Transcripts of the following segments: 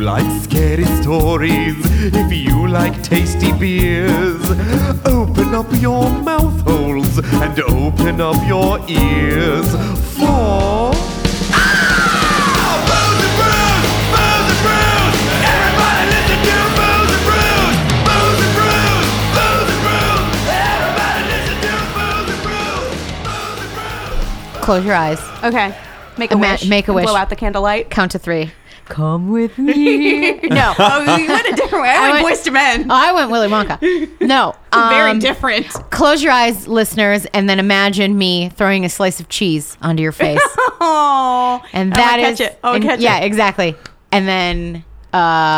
like scary stories, if you like tasty beers, open up your mouth holes and open up your ears for. Close your eyes. Okay. Make a Ma- wish. make a and wish. Blow out the candlelight. Count to three. Come with me. no. Oh, you went a different way. I, went, boys to men. Oh, I went Willy Wonka. No. Very um, different. Close your eyes, listeners, and then imagine me throwing a slice of cheese onto your face. Oh. And I that wanna is- catch it. Oh, and- catch yeah, it. exactly. And then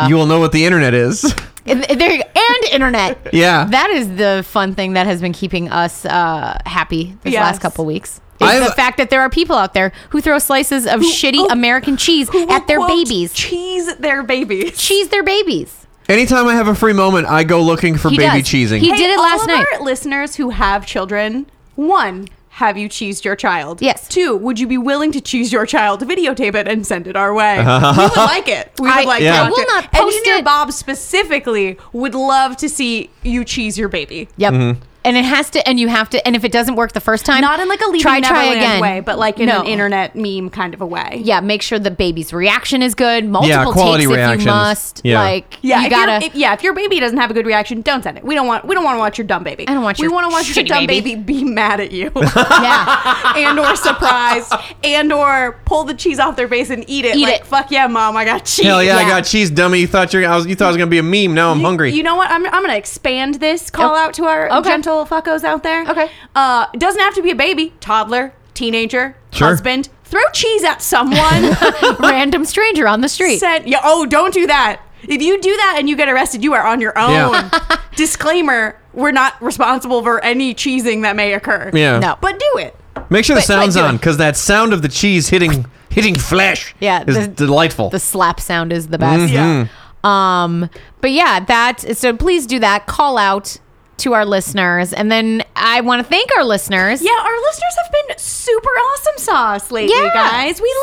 you will know what the internet is. and th- there you go. and internet. Yeah. That is the fun thing that has been keeping us uh, happy this Yes. last couple weeks. Is I've- the fact that there are people out there who throw slices of shitty oh, American cheese Who will at their quote babies. Cheese at their babies. cheese their babies. Anytime I have a free moment, I go looking for He baby does. cheesing. He did it all last of night. Our listeners who have children, one, have you cheesed your child? Yes. Two, would you be willing to cheese your child, videotape it, and send it our way? we would like it. We would I- like Yeah. to. I watch will it. not post Engineer it. Bob specifically would love to see you cheese your baby. Yep. Mm-hmm. And it has to, and you have to, and if it doesn't work the first time, Not in like a leaving try, try Neverland again way, but like in No. an internet meme kind of a way. Yeah, make sure the baby's reaction is good. Multiple quality takes if reactions. you must. Yeah. Like, Yeah, you if you're- gotta. if- yeah. If your baby doesn't have a good reaction, don't send it. We don't want. We don't want to watch your dumb baby. I don't want We your want to watch your shitty dumb baby. baby. be mad at you, yeah. and or surprised, and or pull the cheese off their face and eat it. Eat like, it. Fuck yeah, mom! I got cheese. Hell yeah, I Yeah. got cheese, dummy. You thought you're, I was, you thought I was gonna be a meme. Now I'm You- hungry. You know what? I'm, I'm going to expand this call Oh, out to our okay. gentle fuckos out there. Okay. Uh, doesn't have to be a baby, toddler, teenager, Sure. husband. Throw cheese at someone. Random stranger on the street. Said, yeah, oh, don't do that. If you do that and you get arrested, you are on your own. Yeah. Disclaimer: We're not responsible for any cheesing that may occur. yeah. No. But do it. Make sure the But, like, sound's do on it. because that sound of the cheese hitting hitting flesh. Yeah, is the- delightful. The slap sound is the best. Mm-hmm. Yeah. Um, but yeah, that so please do that. Call out to our listeners, and then I want to thank our listeners. Yeah, our listeners have been super awesome sauce lately, Yeah. guys. We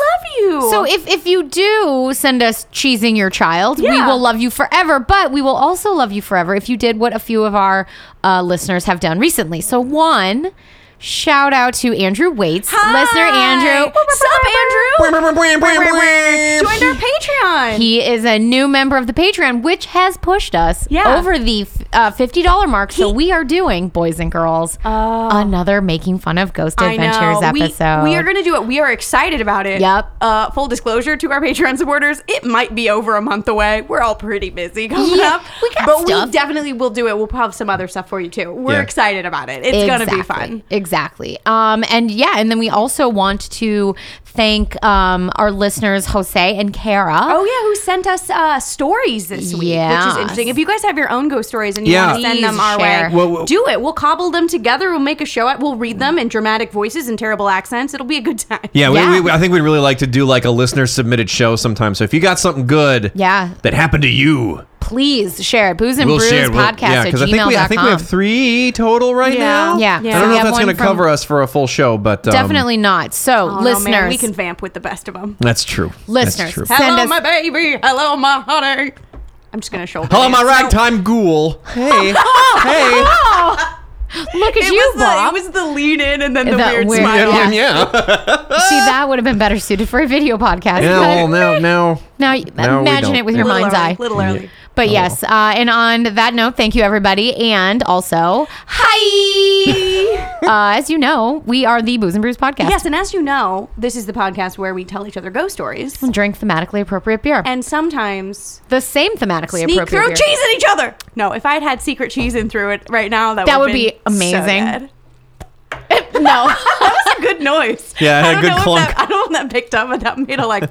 love you. So if, if you do send us cheesing your child, we Yeah. will love you forever. But we will also love you forever if you did what a few of our uh, listeners have done recently. So one, shout out to Andrew Waits, Hi. listener Andrew. Sup, Andrew? Joined our Patreon. He is a new member of the Patreon, which has pushed us Yeah. over the uh, fifty dollar mark. so He- we are doing, boys and girls, another making fun of Ghost Adventures We- episode. We, are going to do it. We are excited about it. Yep. Uh, full disclosure to our Patreon supporters, it might be over a month away. We're all pretty busy coming Yeah, up. we got but stuff. we definitely will do it. We'll have some other stuff for you too. We're Yeah. excited about it. It's going to be fun. Exactly. Um, and yeah, and then we also want to thank um, our listeners, Jose and Kara. Oh yeah, who sent us uh, stories this week? Which Yes. is interesting. If you guys have your own ghost stories and you Yeah. want to send Please them our share. way, Well, well- do it. We'll cobble them together. We'll make a show. at- We'll read them in dramatic voices and terrible accents. It'll be a good time. Yeah, we- Yeah. We, I think we'd really like to do like a listener submitted show sometime. So if you got something good, Yeah. that happened to you, Please share it. Booze and we'll Brews share. it. We'll- podcast yeah, at I think we I think we gmail.com. have three total right Yeah. now. Yeah. I don't So know we have if that's one going to from- cover us for a full show, but um, Definitely not. So, Oh, no, listeners, man, we can vamp with the best of them. That's true. Listeners, That's true. have- Send Hello, us- my baby. Hello, my honey. I'm just gonna shoulder. Hello, my dance. ragtime ghoul. Hey, hey. look at It you, was, the, Bob. it was the lean in and then the That weird, weird- smile. Yeah. Yeah, yeah. See, that would have been better suited for a video podcast. Yeah, but well, now, now. now you- now we imagine don't. Oh. it with your Little mind's early, eye. Little early. But yes, uh, and on that note, thank you everybody, and also hi. uh, as you know, we are the Booze and Brews podcast. Yes, and as you know, this is the podcast where we tell each other ghost stories, drink thematically appropriate beer. and sometimes the same thematically sneak appropriate through beer. cheese at each other. No, if I had had secret cheese in through it right now, that That would've would be been so amazing. good. No, that was a good noise. Yeah, it had I a don't good know if clunk. That, I don't know if that picked up, but that made a like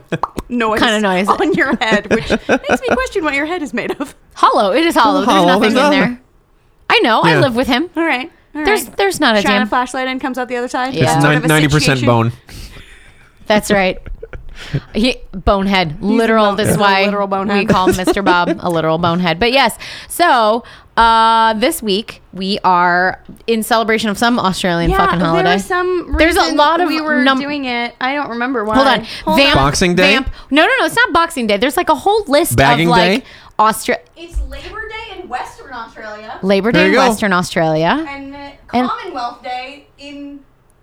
noise, Kinda noise. on your head, which makes me question what your head is made of. hollow. It is hollow. There's Hollow. nothing There's in nothing. there. I know. I Yeah. live with him. All right. all There's right. there's not a Shine a damn. flashlight in, comes out the other side. It's Yeah. It's Sort ninety percent bone. That's right. He, bonehead, literal. bo- this he's a why literal bonehead. we call Mr. Bob a literal bonehead. But yes, so uh, this week we are in celebration of some Australian fucking holiday. There was some There's a reason lot of we were num- doing it. I don't remember why. Hold on, vamp, Boxing Day? Vamp. No, no, no. It's not Boxing Day. There's like a whole list Bagging of like Day? Australia. It's Labor Day in Western Australia Labor There Day in you go. Western Australia and uh, Commonwealth Day in,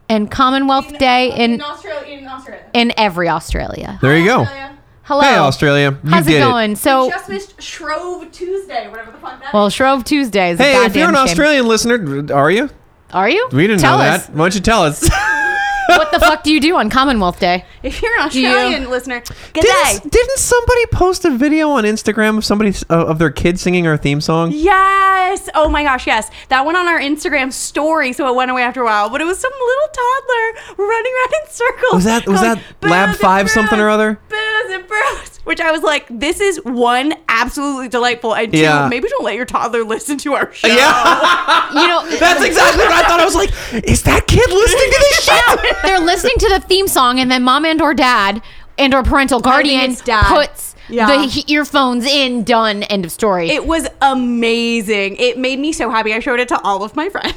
and Commonwealth in uh, Day in in Australia. In Australia. in every Australia. There you go. Australia. Hello, Hey, Australia. You How's it did going? So, we just missed Shrove Tuesday, whatever the fuck that well, is. Shrove Tuesday is. a Hey, if goddamn you're an shame. Australian listener, are you? are you? We didn't Tell know us. that. Why don't you tell us? what the fuck do you do on Commonwealth Day? If you're an Australian listener, good day. Didn't, didn't somebody post a video on Instagram of somebody uh, of their kid singing our theme song? Yes. Oh my gosh, yes. That went on our Instagram story, so it went away after a while. But it was some little toddler running around in circles. Was that- was going, that Lab "Booze and 5 something or other?" Booze and bros. Which I was like, this is one absolutely delightful. And two, Yeah. maybe don't let your toddler listen to our show. Yeah, You know, that's exactly what I thought. I was like, is that kid listening to this shit? they're listening to the theme song, and then mom and or dad and or parental guardian it's dad. puts Yeah. the he- earphones in. Done. End of story. It was amazing. It made me so happy. I showed it to all of my friends.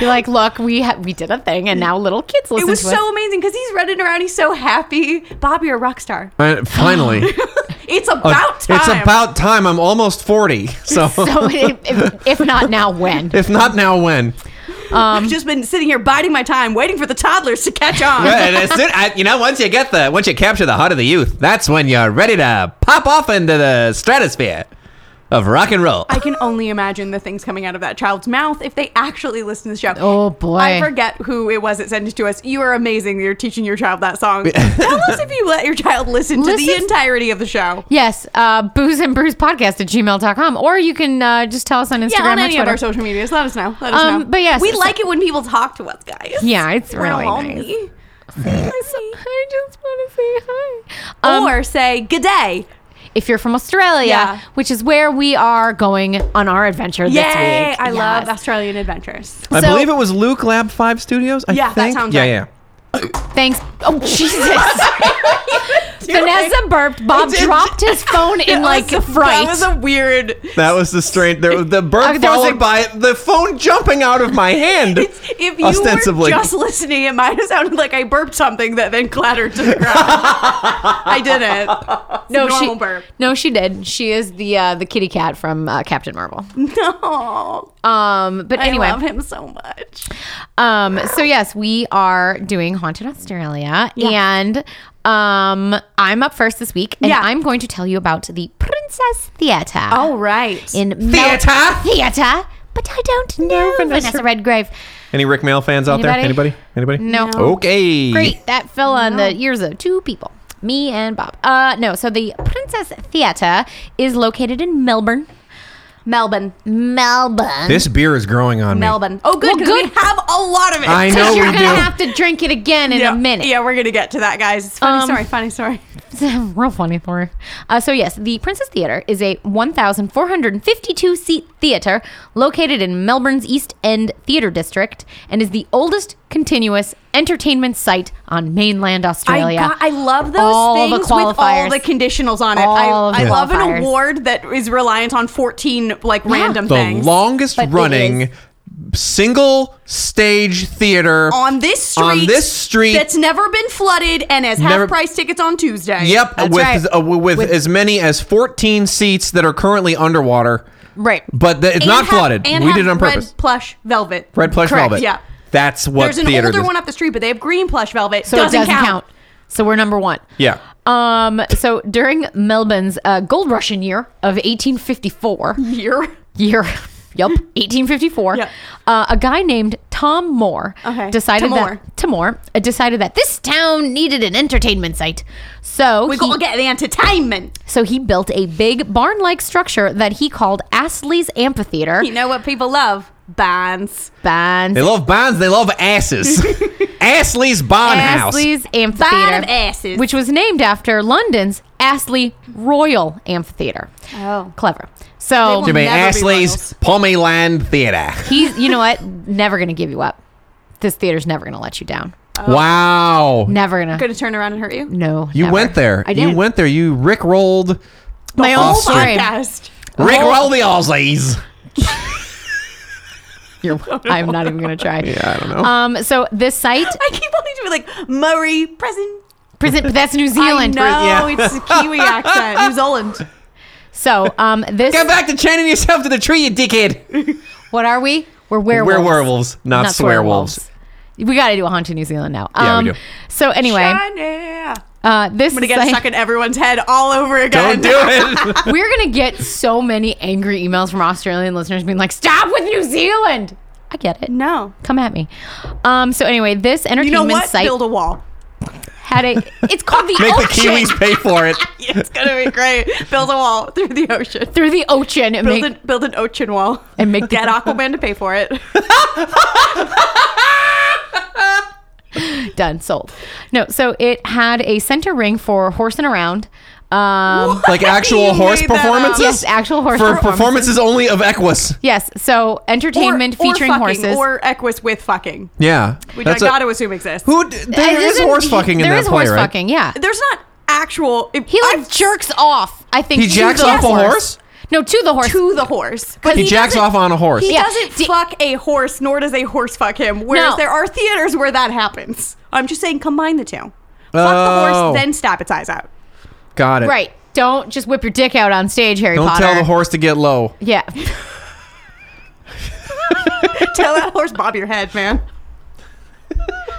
You're like, look, we ha- we did a thing, and now little kids listen It was to us. so amazing because he's running around. He's so happy. Bob, you're a rock star. Uh, finally, It's about Oh, time. it's about time. I'm almost forty, so So, if, if- if not now, when? if not now, when? I've just been sitting here biding my time, waiting for the toddlers to catch on. and as soon- I- you know, once you get the, once you capture the heart of the youth, that's when you're ready to pop off into the stratosphere of rock and roll. I can only imagine the things coming out of that child's mouth if they actually listen to the show. Oh, boy. I forget who it was that sent it to us. You are amazing. that You're teaching your child that song. Tell us if you let your child listen, to the Listen- entirety of the show. Yes, uh, booze and brews podcast at gmail.com. Or you can uh, just tell us on Instagram Yeah, on or any of Twitter. our social medias. Let us know. Let us Um, know. but yes, we so- like it when people talk to us, guys. Yeah, it's really nice. lonely. I just want to say hi. Um, or say good day. if you're from Australia, Yeah. which is where we are going on our adventure this Yay! week. I Yes. love Australian adventures. I So- believe it was Luke Lab Five Studios. I Yeah, that think. sounds yeah, right. yeah. Thanks. Oh, Jesus. Vanessa burped. Bob did. dropped his phone in like That was- fright. That was a weird. That was the strange. There, was- the Uh, bird there was followed a- by the phone jumping out of my hand. It's, if you ostensibly, were just listening, it might have sounded like I burped something that then clattered to the ground. I didn't. No, she, normal burp. no, she did. She is the uh, the kitty cat from uh, Captain Marvel. No, Um, but anyway, I love him so much. Um, so yes, we are doing Haunted Australia, and um, I'm up first this week, and Yeah. I'm going to tell you about the Princess Theatre. right. in Theatre? Mel- theatre, but I don't know Vanessa, Redgrave. any Rick Mail fans out there? Anybody? Anybody? Anybody? No. No. Okay. Great, that fell on the ears of two people. Me and Bob. Uh, no, so the Princess Theatre is located in Melbourne. Melbourne, Melbourne. This beer is growing on Melbourne. Oh, Well, good. 'cause good. We have a lot of it. I know. Because you're we gonna do. have to drink it again in Yeah, a minute. Yeah, we're gonna get to that, guys. It's funny Um, story. Funny story. real funny story. Uh, so yes, the Princess Theatre is a 1,452 seat theatre located in Melbourne's East End Theatre District and is the oldest continuous entertainment site on mainland Australia. I, got, I love those All the things with all qualifiers. the conditionals on it. All of I, the I love qualifiers. an award that is reliant on 14 like random me. things. The longest But it is- running single stage theater on this street. On this street. That's never been flooded and has Never- half price tickets on Tuesday. Oh, Yep, That's with, right. uh, with as many as 14 seats that are currently underwater. Right. But th- it's And not have- flooded. and We have did it on red purpose. plush velvet. Red, plush Correct, velvet. yeah. That's what There's an theater older this- one up the street, but they have green plush velvet. so it doesn't count. So we're number one. Yeah. Um. So during Melbourne's uh, gold rush in year of 1854, Year. year. Yup, 1854. Yep. Uh, a guy named Tom Moore Okay, decided Tamor. that Tamor uh, decided that this town needed an entertainment site. So We he, gotta get the entertainment. so he built a big barn-like structure that he called Astley's Amphitheater. You know what people love? Bands. Bands. They love bonds. They love asses. Astley's Bond House. Astley's Band Amphitheater, of asses. which was named after London's Astley Royal Amphitheater. Oh. Clever. They So To be Never be Astley's royals. Pomeland Theater. he's, you know what? Never going to give you up. This theater's never going to let you down. Wow. Oh. Never gonna. Gonna turn around and hurt you. No. You never. went there. I did. You went there. You Rick rolled. my own whole story. Podcast. Oh. Rick rolled the Aussies. You're- I'm not even gonna try. Yeah, I don't know. Um. So this site, I keep wanting to be like Murray present. prison. but That's New Zealand. I know Yeah. it's a Kiwi accent. New Zealand. So um. This. Get back to chaining yourself to the tree, you dickhead. What are we? We're werewolves. We're werewolves, not, swearwolves. swearwolves. We got to do a haunted New Zealand now. Yeah, Um, we do. So anyway, China. uh, this I'm gonna get site- stuck in everyone's head all over again. Don't do it. we're gonna get so many angry emails from Australian listeners being like, "Stop with New Zealand." I get it. No. Come at me. Um, so anyway, this entertainment You know what? site Build a wall. had a. It's called the Make the ocean. Kiwis pay for it. It's gonna be great. Build a wall through the ocean. through the ocean and Build make, an, build an ocean wall. and make Get the, Aquaman to pay for it. done sold. No, so it had a center ring for horsing around. Um, Like actual You horse made that up. performances? yes, actual horse For performance. performances only of Equus. Yes, so entertainment Or- or featuring fucking, horses. Or Equus with fucking. Yeah. Which That's I a- gotta assume exists. Who? d- There It is isn't- horse fucking in There that is play, horse right? fucking. Yeah, There's not actual. If, he like I've- jerks off. I think He to jacks the off a horse? No, to the horse. to the horse. But He, jacks doesn't- off on a horse. He Yeah. doesn't D- fuck a horse, nor does a horse fuck him. Whereas No. there are theaters where that happens. I'm just saying, combine the two. Fuck the Oh. horse, then stab its eyes out. Got it. right. Don't just whip your dick out on stage, Harry Don't Potter. tell the horse to get low. Yeah. Tell that horse, bob your head, man.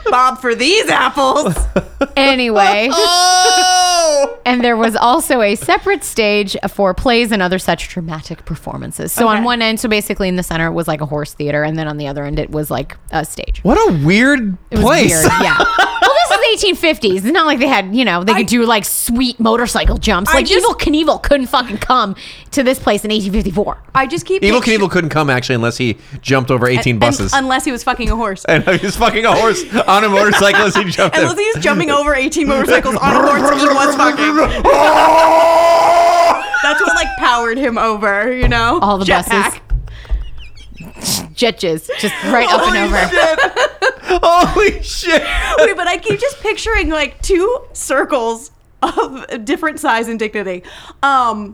bob for these apples. anyway, Oh! and there was also a separate stage for plays and other such dramatic performances. So on Okay. one end, so basically in the center was like a horse theater, and then on the other end it was like a stage. What a weird It was place. weird, yeah. well, this is 1850s. It's not like they had, you know, they could do like sweet motorcycle jumps. I Like just- Evil Knievel couldn't fucking come to this place in 1854. I just keep Evil pictu- Knievel couldn't come actually unless he jumped over 18 and- buses. unless he was fucking a horse. and he was fucking a horse on a motorcycle as he jumped Unless he's jumping over 18 motorcycles on a horse he was fucking. That's what like powered him over, you know? All the Jetpack. Oh buses. Judges. Just right up and over. Holy shit. Wait, but I keep just picturing like two circles of different size and dignity. Um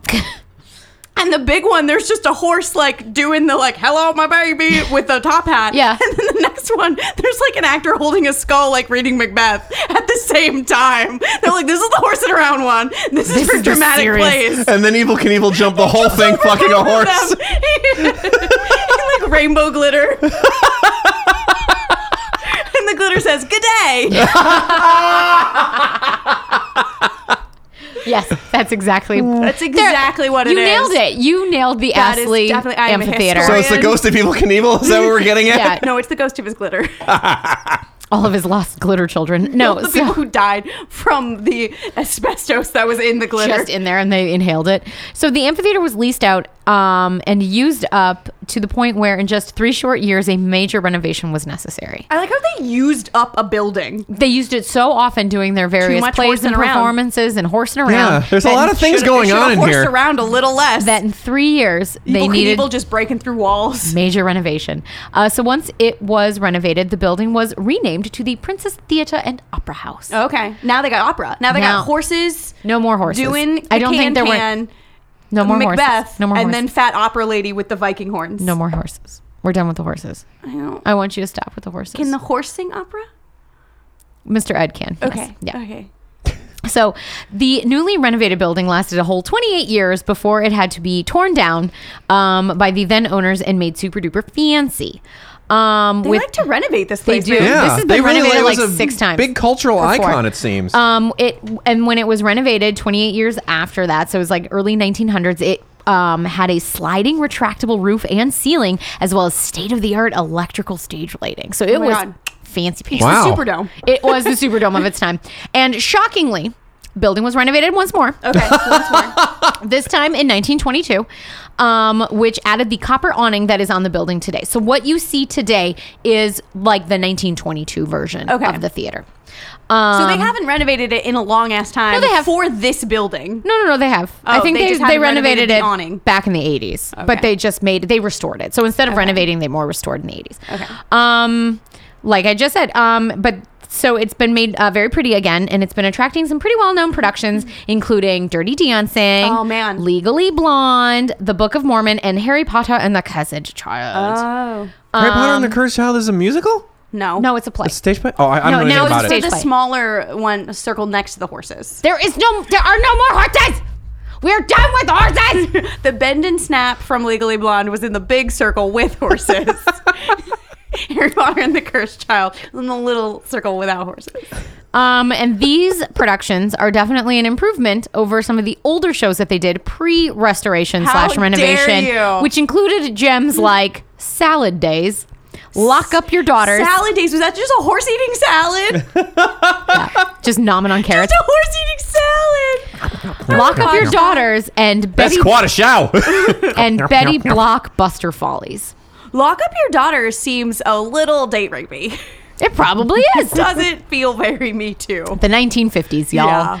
And the big one, there's just a horse like doing the like "Hello, my baby" with the top hat. Yeah. And then the next one, there's like an actor holding a skull, like reading Macbeth at the same time. They're like, "This is the horse and around one. This is This for is the dramatic serious- plays." And then Evil Knievel jumped the whole thing fucking a horse. And, like rainbow glitter. and the glitter says, Good day. Yes, that's exactly. That's exactly what it you is. nailed it. You nailed the That is Astley definitely- I am a amphitheater. So it's the Brian. ghost of Evil Knievel? Is that what we're getting at? Yeah. No, it's the ghost of his glitter. All of his lost glitter children. No, the Oh, so- people who died from the asbestos that was in the glitter. just in there and they inhaled it. So the amphitheater was leased out um, and used up to the point where, in just three short years, a major renovation was necessary. I like how they used up a building. They used it so often doing their various much plays horsing and around. performances and horsing around Yeah, there's a that- lot of things Should've- going they on should've in horsed here. around a little less. that in three years they Evil needed Knievel just breaking through walls. major renovation. Uh, so once it was renovated, the building was renamed to the Princess Theatre and Opera House. Okay, now they got opera. Now they Now- got horses. No more horses. Doing I don't think there were- can-can, No more Macbeth, horses. No more and horses. then fat opera lady with the Viking horns. no more horses. We're done with the horses. I don't- I want you to stop with the horses. Can the horse sing opera? Mr. Ed can. yes. Okay. Yeah. Okay. So the newly renovated building lasted a whole 28 years before it had to be torn down um, by the then owners and made super duper fancy. Um, They with like to renovate this They place. do. man. Yeah. This has been renovated it was like a six times Big cultural before. icon, it seems. Um, it and when it was renovated 28 years after that, so it was like early 1900s. It um, had a sliding retractable roof and ceiling, as well as state of the art electrical stage lighting. So it Oh my was God. fancy pants. Wow. The Superdome. It was the Superdome of its time, and shockingly, building was renovated once more. Okay. Once more. This time in 1922, um, which added the copper awning that is on the building today. So what you see today is like the 1922 version Okay. of the theater. Um, So they haven't renovated it in a long ass time. No, they have- for this building. No, no, no. They have. I Oh, think they they just they, haven't renovated, renovated the it awning. back in the eighties, but Okay. they just made they restored it. So instead of renovating, they more restored in the eighties. Okay. Um, like I just said, um, but So it's been made uh, very pretty again, and it's been attracting some pretty well known productions, including Dirty Dancing, Oh, man. Legally Blonde, The Book of Mormon, and Harry Potter and the Cursed Child. Oh. Harry Potter and the Cursed Child is a musical? No. no, it's a Um, play. A stage play? Oh, I, I No, don't now know anything it's a about So it. stage- the play. smaller one circled next to the horses. there is no, there are no more horses. We are done with horses. The bend and snap from Legally Blonde was in the big circle with horses. Harry Potter and the Cursed Child was in the little circle without horses. Um, and these productions are definitely an improvement over some of the older shows that they did pre-restoration How slash renovation, dare you. which included gems like Salad Days, Lock Up Your Daughters, Salad days. Was that just a horse eating salad? just nomming on Just carrots, a horse eating salad. Lock Up Your Daughters, and That's Betty quite a show. and Betty Block Buster Follies. Lock up your daughter seems a little date rapey. It probably is. Doesn't feel very me too. the 1950s, y'all. Yeah.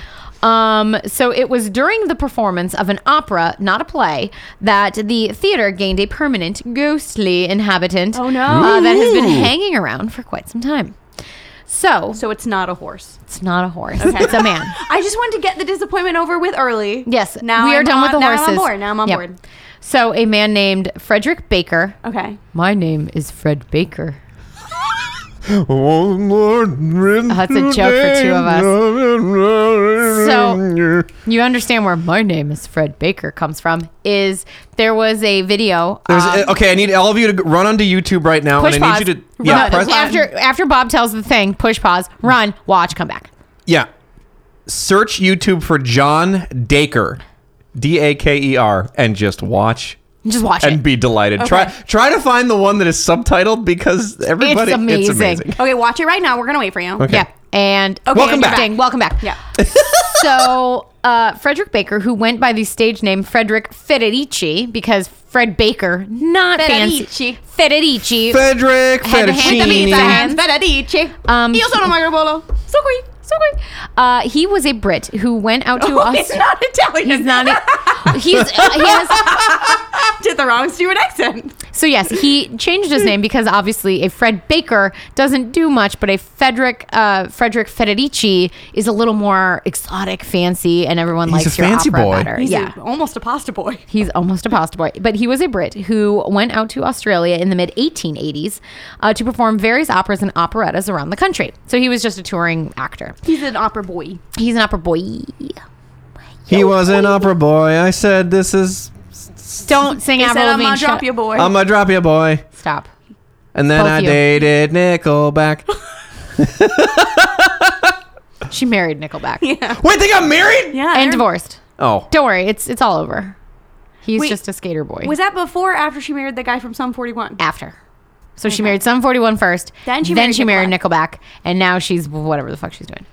Um, so it was during the performance of an opera, not a play, that the theater gained a permanent ghostly inhabitant. Oh, no. uh, that has been hanging around for quite some time. So, So it's not a horse. it's not a horse; it's a man. I just wanted to get the disappointment over with early. Yes, Now we are I'm done with on- the now I'm on horses. board. Now I'm on Yep. board. So a man named Frederick Baker. Okay. My name is Fred Baker. That's that's a joke for two of us. So, You understand where my name is Fred Baker comes from? Is there was a video? There's- um, uh, okay, I need all of you to g- run onto YouTube right now, push and I pause. need you to yeah, yeah, press, after after Bob tells the thing, push pause, run, watch, come back. yeah. Search YouTube for John Dacre, D A K E R, and just watch Just watch and it. be delighted. Try try to find the one that is subtitled because everybody amazing. Okay, watch it right now. We're gonna wait for you. Okay. Yeah. And Welcome and back. ding, welcome back. Yeah. so uh, Frederick Baker, who went by the stage name Frederick Federici, because Fred Baker, not fancy Federici. Federici. Frederick Had to hand the pizza Fettuccine. hand. And Federici. Um, Io sono Marco Polo. So qui. so great. Uh, he was a Brit who went out to Oh, he's Australia. not Italian. He's not. A, he's uh, he has Did the wrong Stewart accent. So yes, he changed his name because obviously a Fred Baker doesn't do much, but a Frederick uh, Frederick Federici is a little more exotic, fancy, and everyone He's likes a your fancy opera boy. better. He's yeah, a- almost a pasta boy. he's almost a pasta boy, but he was a Brit who went out to Australia in the mid 1880s uh, to perform various operas and operettas around the country. So he was just a touring actor. He's an opera boy. He's an opera boy. He was an opera boy. I said, "This is Don't sing He said, Avril "I'm Lavigne. gonna drop Shut- you, boy." I'm a drop you boy," Stop. and then Both I you. dated Nickelback. She married Nickelback Wait, they got married? yeah. and they're- divorced. Oh, Don't worry, it's it's all over. He's Wait, just a skater boy. Was that before or after she married the guy from Sum 41? after. So she married Sum 41 first. Then she married Nickelback. And now she's whatever the fuck she's doing.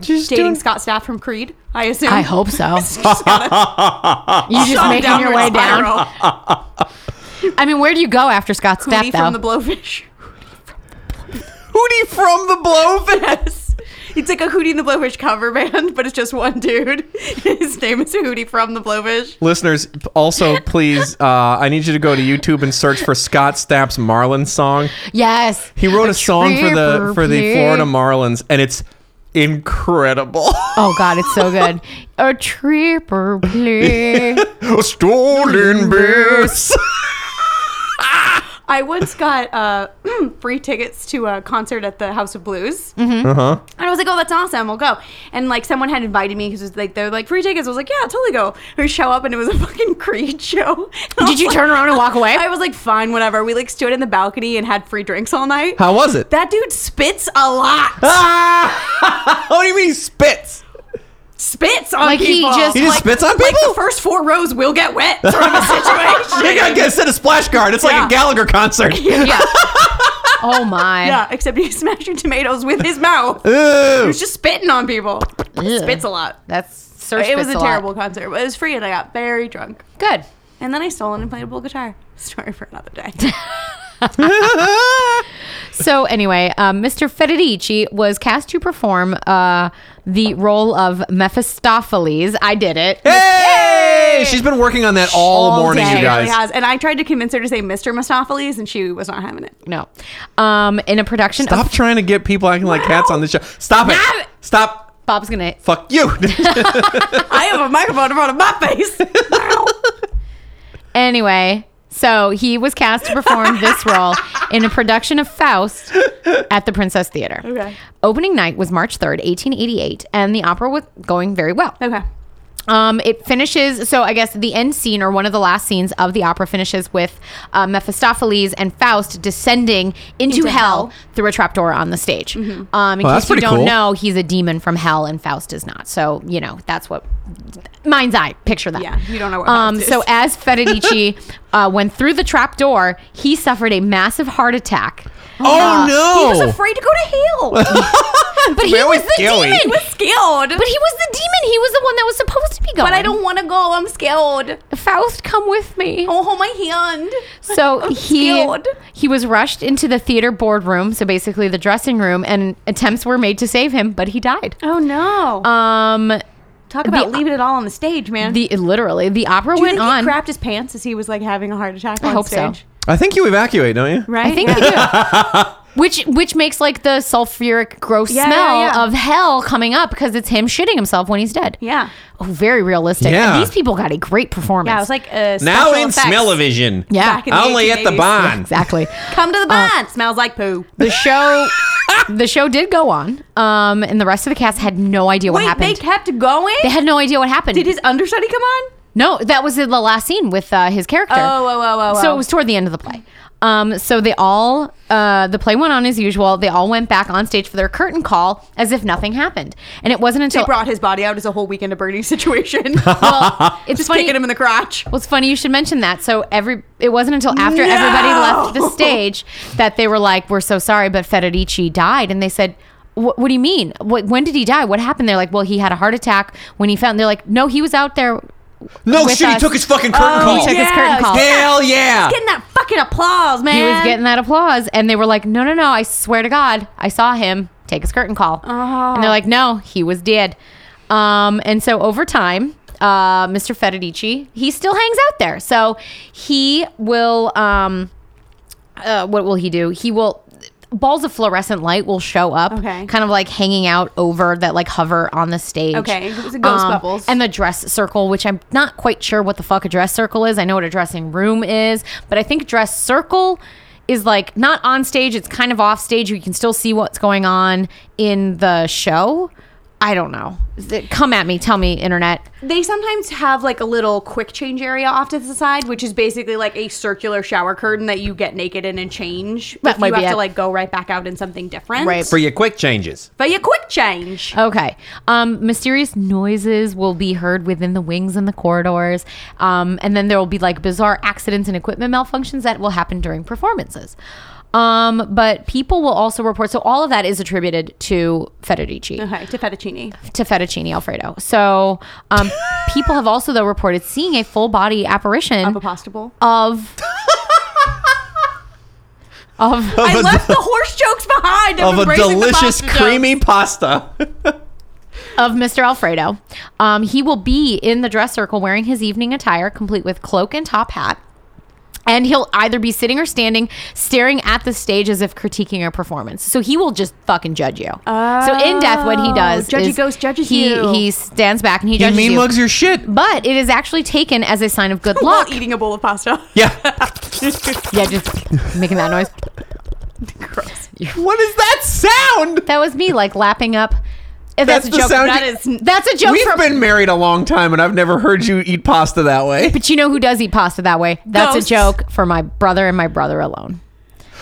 just Dating doing- Scott Staff from Creed, I assume. I hope so. You're just making your way down. I mean, where do you go after Scott's death, Booty though? from the Blowfish. Hootie from the Blowfish. Yes. It's like a Hootie and the Blowfish cover band, but it's just one dude. His name is Hootie from the Blowfish. Listeners, p- also please, uh, I need you to go to YouTube and search for Scott Stapp's Marlins song. yes. He wrote a song for the for the Florida Marlins, and it's incredible. Oh, God, it's so good. a tripper, please. Stolen bits. I once got uh, free tickets to a concert at the House of Blues. Mm-hmm. Uh-huh. And I was like, oh, that's awesome. We'll go. And like someone had invited me because like, they're like, free tickets. I was like, yeah, totally go. We show up and it was a fucking Creed show. And I Did was you like- turn around and walk away? I was like, fine, whatever. We like stood in the balcony and had free drinks all night. How was it? that dude spits a lot. Ah! what do you mean he spits? Spits on Like, he people. just- He just spits on Like people? the first four rows will get wet sort of a situation. They gotta get set a splash guard. It's like Yeah. a Gallagher concert. yeah. Oh, my. Yeah, except he's smashing tomatoes with his mouth. He Ooh. was just spitting on people. Spits a lot. That's search it was a fits lot. terrible concert, but it was free, and I got very drunk. Good. And then I stole an inflatable guitar. Story for another day. So anyway, um, Mr. Federici was cast to perform uh, the role of Mephistopheles. I did it. Hey! Yay! She's been working on that all, All morning, day. you It really guys. has. And I tried to convince her to say Mr. Mistopheles, and she was not having it. No. Um, in a production Stop of trying to get people acting like cats on this show. Stop it. Stop it. Stop. Bob's gonna Fuck you. Oh, I have a microphone in front of my face. Anyway, so he was cast to perform this role in a production of Faust at the Princess Theater. Okay. Opening night was March 3rd, 1888, and the opera was going very well. okay. Um, it finishes, so I guess the end scene or one of the last scenes of the opera finishes with uh, Mephistopheles and Faust descending into, Into hell, hell. Mm-hmm. through a trapdoor on the stage. Um, in Well, that's case you pretty don't cool. know, he's a demon from hell and Faust is not. So, you know, that's what mind's eye picture that. Yeah, you don't know what um, Faust So, is. as Federici uh, went through the trapdoor, he suffered a massive heart attack. oh, He no. was afraid to go to hell. but he Very was the scary. demon. He was Scared. But he was the demon. He was the one that was supposed to be going. But I don't want to go. I'm scared. Faust, come with me. Oh, hold my hand. So he scared. he was rushed into the theater boardroom, so basically the dressing room, and attempts were made to save him, but he died. Oh no. Um, Talk about the- leaving it all on the stage, man. the literally the opera Do you went think on. he crapped his pants as he was like having a heart attack on hope so. stage? I think you evacuate, don't you? Right? I think he did. Which which makes like the sulfuric gross Yeah, smell yeah, yeah. of hell coming up because it's him shitting himself when he's dead. Yeah. Oh, very realistic. And Yeah. these people got a great performance. Yeah, it was like uh, Now special in effects. Smell-O-Vision. Yeah. Back in the Only at the 1880s. bond. exactly. Come to the barn. Smells like poo. The show the show did go on. Um and the rest of the cast had no idea what Wait, happened. they kept going. They had no idea what happened. Did his understudy come on? no, that was in the last scene with uh, his character. Oh, oh, oh, oh, So oh. it was toward the end of the play. Um, so they all, uh, the play went on as usual. They all went back on stage for their curtain call as if nothing happened. And it wasn't They until brought his body out as a whole weekend of Bernie situation. well, it's Just funny. kicking him in the crotch. Well, it's funny you should mention that. So every it wasn't until after everybody left the stage that they were like, "We're so sorry, but Federici died," and they said. "Wh- What do you mean? What, when did he die? What happened? They're like, well, he had a heart attack when he found. They're like, no, he was out there. No With shit, he us. took his fucking curtain Oh, call. He took his yeah. curtain call. Hell yeah. Getting that fucking applause, man. He was getting that applause, and they were like, no, no, no. I swear to God, I saw him take his curtain call. And they're Oh. like, no, he was dead. Um, and so over time, uh, Mr. Federici, he still hangs out there. So he will. Um, uh, what will he do? He will balls of fluorescent light will show up, Okay. kind of like hanging out over that, like hover on the stage. Um, Okay, it was a ghost bubbles. And the dress circle, which I'm not quite sure what the fuck a dress circle is. I know what a dressing room is, but I think dress circle is like not on stage. It's kind of off stage. You can still see what's going on in the show. I don't know. Th- Come at me. Tell me, internet. They sometimes have like a little quick change area off to the side, which is basically like a circular shower curtain that you get naked in and change. That if might you be it. have to like go right back out in something different. Right. For your quick changes. But you quick change. Okay. Um, mysterious noises will be heard within the wings and the corridors. Um, and then there will be like bizarre accidents and equipment malfunctions that will happen during performances. Um, but people will also report. So all of that is attributed to Federici Okay, to fettuccine. to fettuccine alfredo. So um, people have also though reported seeing a full body apparition Of a postable. of of I left the horse jokes behind. I'm Of a embracing the delicious pasta jokes. creamy pasta. of Mr. Alfredo. Um, he will be in the dress circle wearing his evening attire, complete with cloak and top hat. And he'll either be sitting or standing, staring at the stage as if critiquing a performance. So he will just fucking judge you. so in death, what he does, Judgy is Oh, ghost judges he, you. He stands back and he judges you. your shit. but it is actually taken as a sign of good While luck. eating a bowl of pasta. Yeah. Yeah, just making that noise. what is that sound? That was me, like lapping up. That's, That's a the joke. sound that you- is that's a joke. We've from- been married a long time and I've never heard you eat pasta that way. But you know who does eat pasta that way? That's Ghosts. a joke for my brother and my brother alone.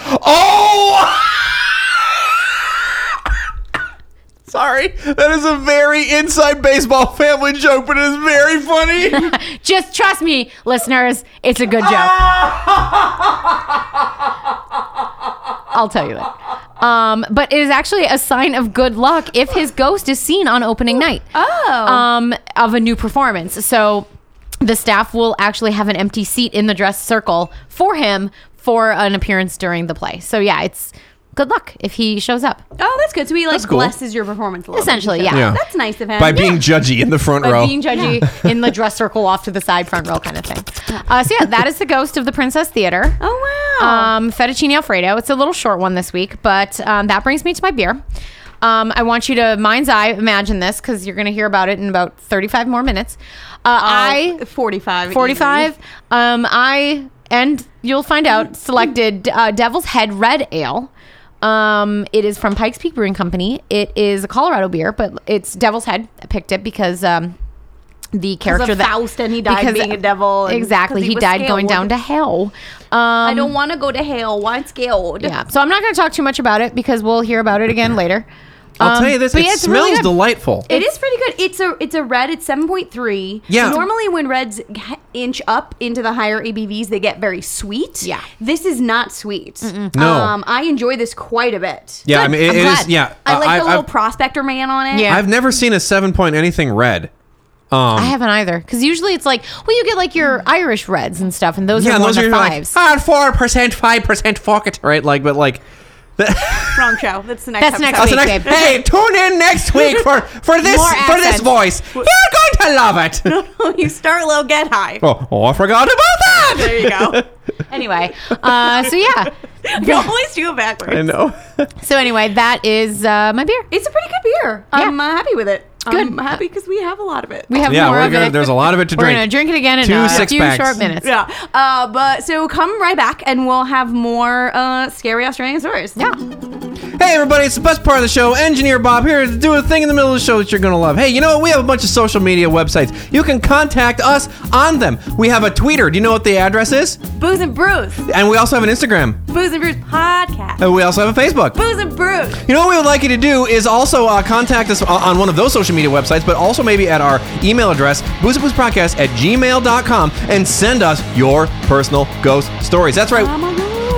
Oh! Sorry. That is a very inside baseball family joke, but it is very funny. Just trust me, listeners, it's a good joke. I'll tell you that. Um, but it is actually a sign of good luck if his ghost is seen on opening night. Oh. um, of a new performance. So the staff will actually have an empty seat in the dress circle for him for an appearance during the play. So yeah, it's good luck if he shows up. Oh, that's good. So he like cool. blesses your performance a little bit. Essentially, yeah. Yeah. That's nice of him. By being judgy in the front By row. being judgy in the dress circle off to the side front row kind of thing. Uh, so yeah, that is the ghost of the Princess Theater. oh wow. Um, fettuccine alfredo. It's a little short one this week, but um, that brings me to my beer. Um, I want you to mind's eye imagine this because you're going to hear about it in about 35 more minutes. Uh, Oh, I 45 45. Um, I and you'll find out selected uh, Devil's Head Red Ale. Um, it is from Pikes Peak Brewing Company. It is a Colorado beer, but it's Devil's Head. I picked it because um, the character that Faust and he died being a devil and- exactly, 'cause he he, was died going scared. down to hell. Um, I want to go to hell. Why scared? yeah. So I'm not going to talk too much about it because we'll hear about it again later. I'll Um, tell you this, but it yeah, it's smells really good. delightful. It is pretty good. It's a it's a red. It's seven point three. Yeah. Normally, when reds h- inch up into the higher ABVs, they get very sweet. Yeah. This is not sweet. No. Um, I enjoy this quite a bit. yeah, I mean, it- I'm it glad. is. Yeah, I like the I've- little prospector man on it. Yeah. I've never seen a seven point anything red. I haven't either because usually it's like, well, you get like your Irish reds and stuff, and those are yeah, more those the are your, like fives. ah four percent, five percent, fuck it, right? Like, but like. Wrong show. That's the next. That's episode. next That's the week, next- babe. hey, tune in next week for for this More for this accents. voice. You're going to love it. you start low, get high. Oh, oh, I forgot about that. There you go. anyway, uh, so yeah. you always do it backwards. I know. So anyway, that is uh, my beer. It's a pretty good beer. I'm uh, happy with it. Good. I'm happy because we have a lot of it. We have yeah, more we're of gonna, it. there's a lot of it to We're drink. gonna drink it again in Two a six few packs. short minutes. yeah. Uh, but so come right back and we'll have more uh, scary Australian stories. Yeah. Hey, everybody, it's the best part of the show. Engineer Bob here to do a thing in the middle of the show that you're going to love. Hey, you know what? We have a bunch of social media websites. You can contact us on them. We have a Twitter. Do you know what the address is? Booze and Bruce. And we also have an Instagram. Booze and Bruce podcast. And we also have a Facebook. Booze and Bruce. You know what we would like you to do is also uh, contact us o- on one of those social media websites, but also maybe at our email address, boozeboozepodcast at gmail.com, and send us your personal ghost stories. That's right.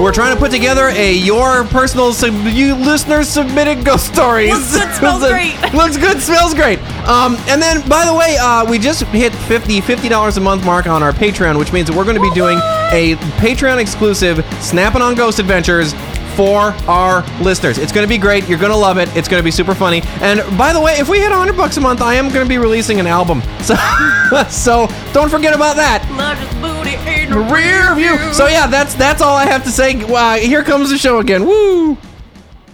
We're trying to put together a your personal sub- you listeners submitted ghost stories. Looks good, smells great. Looks good, smells great. Um, and then, by the way, uh, we just hit 50 $50 a month mark on our Patreon, which means that we're going to be doing a Patreon exclusive Snapping on Ghost Adventures for our listeners. It's going to be great. You're going to love it. It's going to be super funny. And by the way, if we hit 100 bucks a month, I am going to be releasing an album. So, so don't forget about that Largest booty in the rear view. So yeah, that's that's all I have to say. Uh, here comes the show again. Woo!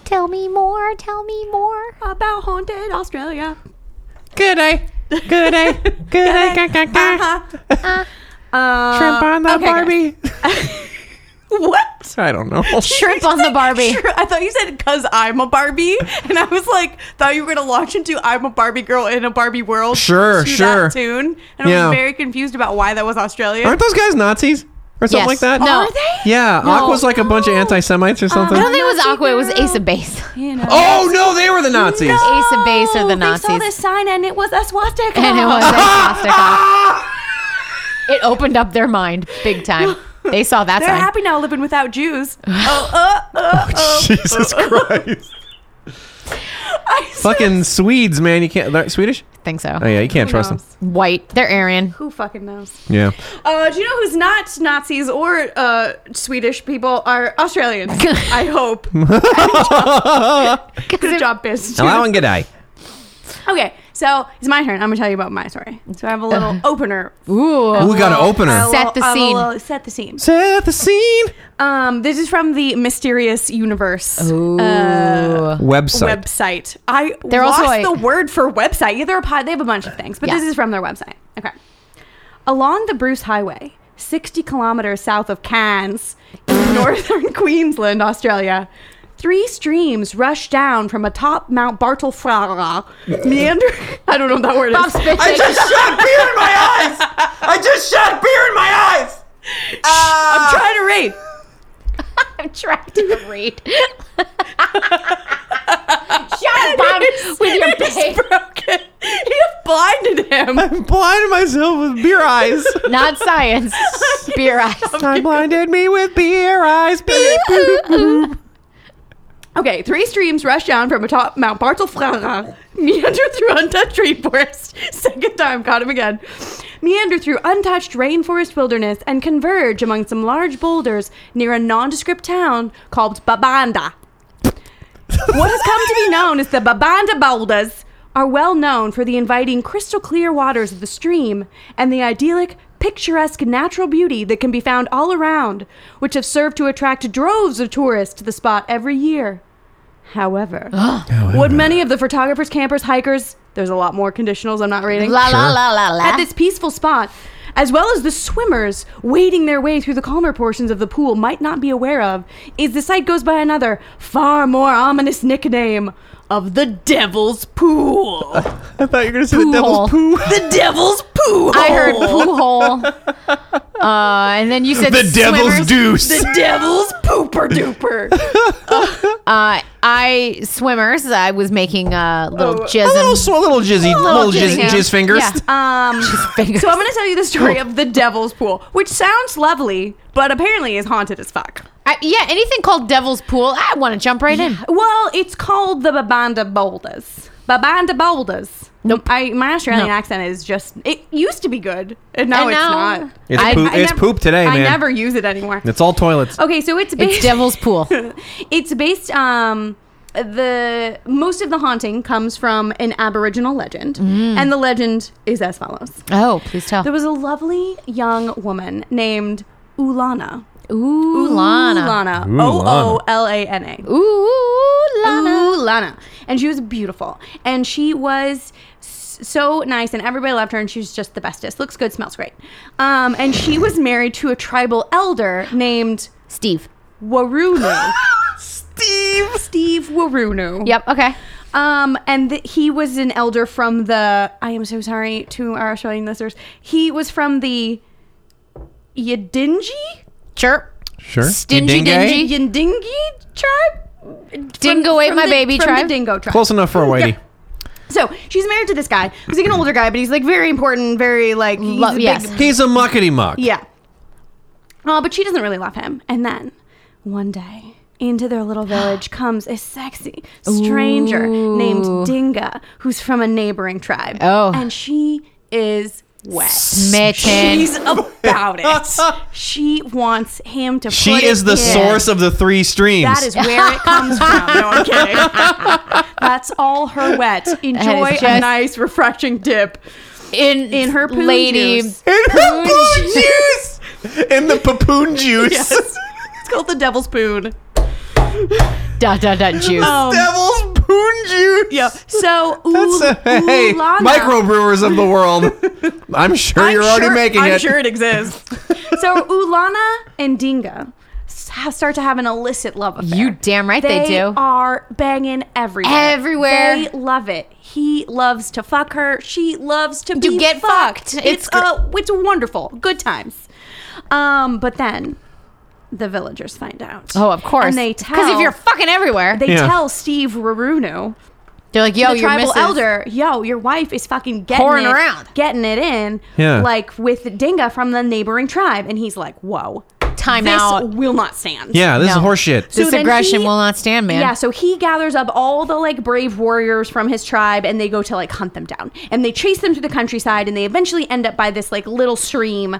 Tell me more. Tell me more. about haunted Australia. Good day. Good day. Good day. Uh, Shrimp on the Uh-huh. okay, guys. Barbie. What? I don't know. Shrimp on the Barbie. Sure, I thought you said because I'm a Barbie, and I was like, thought you were gonna launch into I'm a Barbie girl in a Barbie world. Sure, to sure. That tune, and I Yeah. was very confused about why that was Australia. Aren't those guys Nazis or something Yes. like that? No. Are they? Yeah, No. Aqua's like a bunch of anti-Semites or something. I don't think it was Nazi Aqua. It was girl. Ace of Base. You know. oh no, they were the Nazis. Ace of Base or the They saw Nazis. this sign and it was a swastika. And it was a swastika. It opened up their mind big time. They saw that They're sign. happy now living without Jews. oh, uh, uh, oh. Jesus Christ! I said- Fucking Swedes, man. You can't they're Swedish. think so. Oh yeah, you can't Who trust them. knows? White. They're Aryan. Who fucking knows? Yeah. Uh, do you know who's not Nazis or uh, Swedish people are Australians? I hope. Good job, biz. Hello and good day. Okay, so it's my turn. I'm gonna tell you about my story. So I have a little opener. Ooh. We got an I opener. will- Set the I scene. will Set the scene. Set the scene. Um, this is from the mysterious universe. Ooh. Website. website. I They're lost also a- the word for website. Yeah, they're a pod. They have a bunch of things, but Yeah. this is from their website. Okay. Along the Bruce Highway, 60 kilometers south of Cairns, in northern Queensland, Australia, three streams rush down from atop Mount Bartlefrara, meander. I don't know what that word Bob is. Spitz- shot beer in my eyes. I just shot beer in my eyes. I'm Uh, trying to read. I'm trying to read. Shut up, Bob, with your It's big. broken. You blinded him. I'm blinded myself with beer eyes. Not science. Beer eyes. Time blinded me with beer eyes. Beep, boop, boop. Okay, three streams rush down from atop Mount Bartelfrara, meander through untouched rainforest. Second time, caught him again. Meander through untouched rainforest wilderness and converge among some large boulders near a nondescript town called Babanda. What has come to be known as the Babanda Boulders are well known for the inviting crystal clear waters of the stream and the idyllic, picturesque natural beauty that can be found all around, which have served to attract droves of tourists to the spot every year. However, would many of the photographers, campers, hikers, there's a lot more conditionals I'm not reading La la la la la. at this peaceful spot, as well as the swimmers wading their way through the calmer portions of the pool might not be aware of, is the site goes by another, far more ominous nickname of the Devil's Pool. I thought you were going to say Poo the devil's hole. poo. the Devil's Pool. I heard poo hole. Uh, and then you said the devil's swimmers. deuce. The Devil's Pooper Duper. Uh, I swimmers. I was making a little jism. a little, so a little jizzy, little, jizz, jizzy. jizz fingers. Yeah. uh, Um, fingers. so I'm going to tell you the story of the Devil's Pool, which sounds lovely, but apparently is haunted as fuck. I, uh, yeah, anything called Devil's Pool, I want to jump right in. Well, it's called the Babanda Boulders. Babanda Boulders. Nope. I, my Australian No. accent is just. It used to be good, and now And it's now- not. It's I- poop. I it's never- poop today, I man. never use it anymore. It's all toilets. Okay, so it's based, It's Devil's Pool. it's based. Um, the most of the haunting comes from an Aboriginal legend, Mm. and the legend is as follows: Oh, please tell. There was a lovely young woman named Ulana. Ooh, Lana. Ulana. Ulana. O O L A N A. Ooh, Lana. Ooh, Lana. And she was beautiful. And she was s- so nice and everybody loved her and she was just the bestest. Looks good, smells great. Um, and she was married to a tribal elder named Steve. Warunu. Steve. Steve Warunu. Yep, okay. Um, and th- he was an elder from the. I am so sorry to our Australian listeners. He was from the Yidingi, Chirp. Sure. Stingy dingy. Yidingi tribe. Dingo From- ate from my the- baby from the tribe. dingo tribe. Close enough for a Yeah. whitey. So she's married to this guy. He's like an older guy, but he's like very important, very like he's Lo- a big- yes. He's a muckety muck. yeah. Uh, but she doesn't really love him. And then one day, into their little village comes a sexy stranger named Ooh. Dinga, who's from a neighboring tribe. Oh. and she is wet. Smitten. She's about it. She wants him to. She put is it the in. source of the three streams. That is where it comes from. No, I'm kidding. That's all her wet. Enjoy just- a nice, refreshing dip. in, in her poo lady. juice. in her poon juice. In the papoon juice. Yes. it's called the Devil's Spoon. Da da da juice. Um, Devil's poon juice. yeah. So, That's a, hey, Ulana- microbrewers of the world. I'm sure I'm you're already sure- making I'm it. sure it exists. so Ulana and Dinga s- ha- start to have an illicit love affair. You damn right they do. are banging everywhere. Everywhere. They love it. He loves to fuck her. She loves to, be get fucked. It's It's gr- uh, it's wonderful. Good times. Um, but then the villagers find out. oh, of course. And they tell Because if you're fucking everywhere, they Yeah. tell Steve Rarunu, they're like, yo, the you're tribal Mrs. elder, yo, your wife is fucking getting Whoring it, around. getting it in, Yeah. like with Dinga from the neighboring tribe, and he's like, whoa, Time this out. will not stand. Yeah, this No. is horseshit. This then aggression he- will not stand, man. Yeah, so he gathers up all the like brave warriors from his tribe and they go to like hunt them down. And they chase them through the countryside and they eventually end up by this like little stream.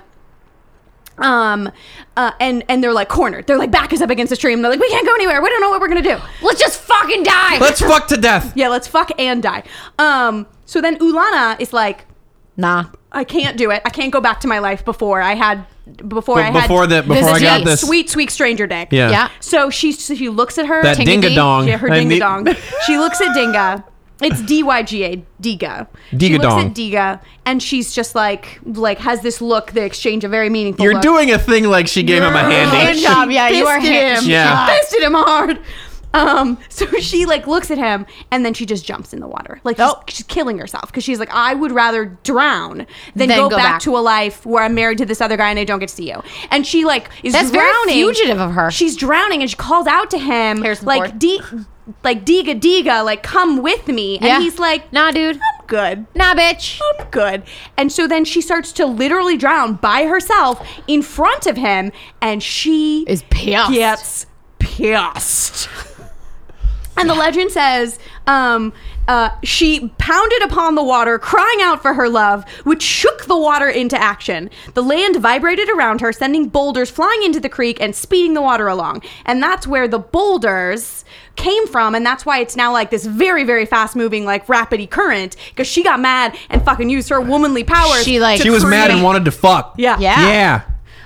Um uh, and and they're like cornered. They're like back is up against the stream. They're like, we can't go anywhere. We don't know what we're gonna do. Let's just fucking die. Let's fuck to death. Yeah, let's fuck and die. Um so then Ulana is like, nah. I can't do it. I can't go back to my life before I had before I But had before that, before I This is got it. this, sweet, sweet stranger day. yeah, Yeah. So she she looks at her that Tinga dinga ding. dong, Yeah, her I dinga need- dong. she looks at Dinga. It's D Y G A Diga. She looks Diga-dong. at Diga, and she's just like like has this look. They exchange a very meaningful. You're look. doing a thing like she gave him a Hand handy. job. Yeah, you are Fisted hand. him. Yeah. She fisted him hard. Um, so she like looks at him and then she just jumps in the water. Like she's, Oh. she's killing herself because she's like, I would rather drown than Than go, go back, back. to a life where I'm married to this other guy and I don't get to see you. And she like is That's very drowning. fugitive of her. She's drowning and she calls out to him Here's the like board. D like Diga Diga, like come with me. And Yeah. he's like, Nah, dude. I'm good. Nah, bitch. I'm good. And so then she starts to literally drown by herself in front of him, and she Is pissed. gets pissed. And the legend says um, uh, she pounded upon the water, crying out for her love, which shook the water into action. The land vibrated around her, sending boulders flying into the creek and speeding the water along. And that's where the boulders came from. And that's why it's now like this very, very fast moving, like rapidy current, because she got mad and fucking used her womanly powers. She, like- to She was mad and create- wanted to fuck. Yeah. Uh, Yeah. Yeah.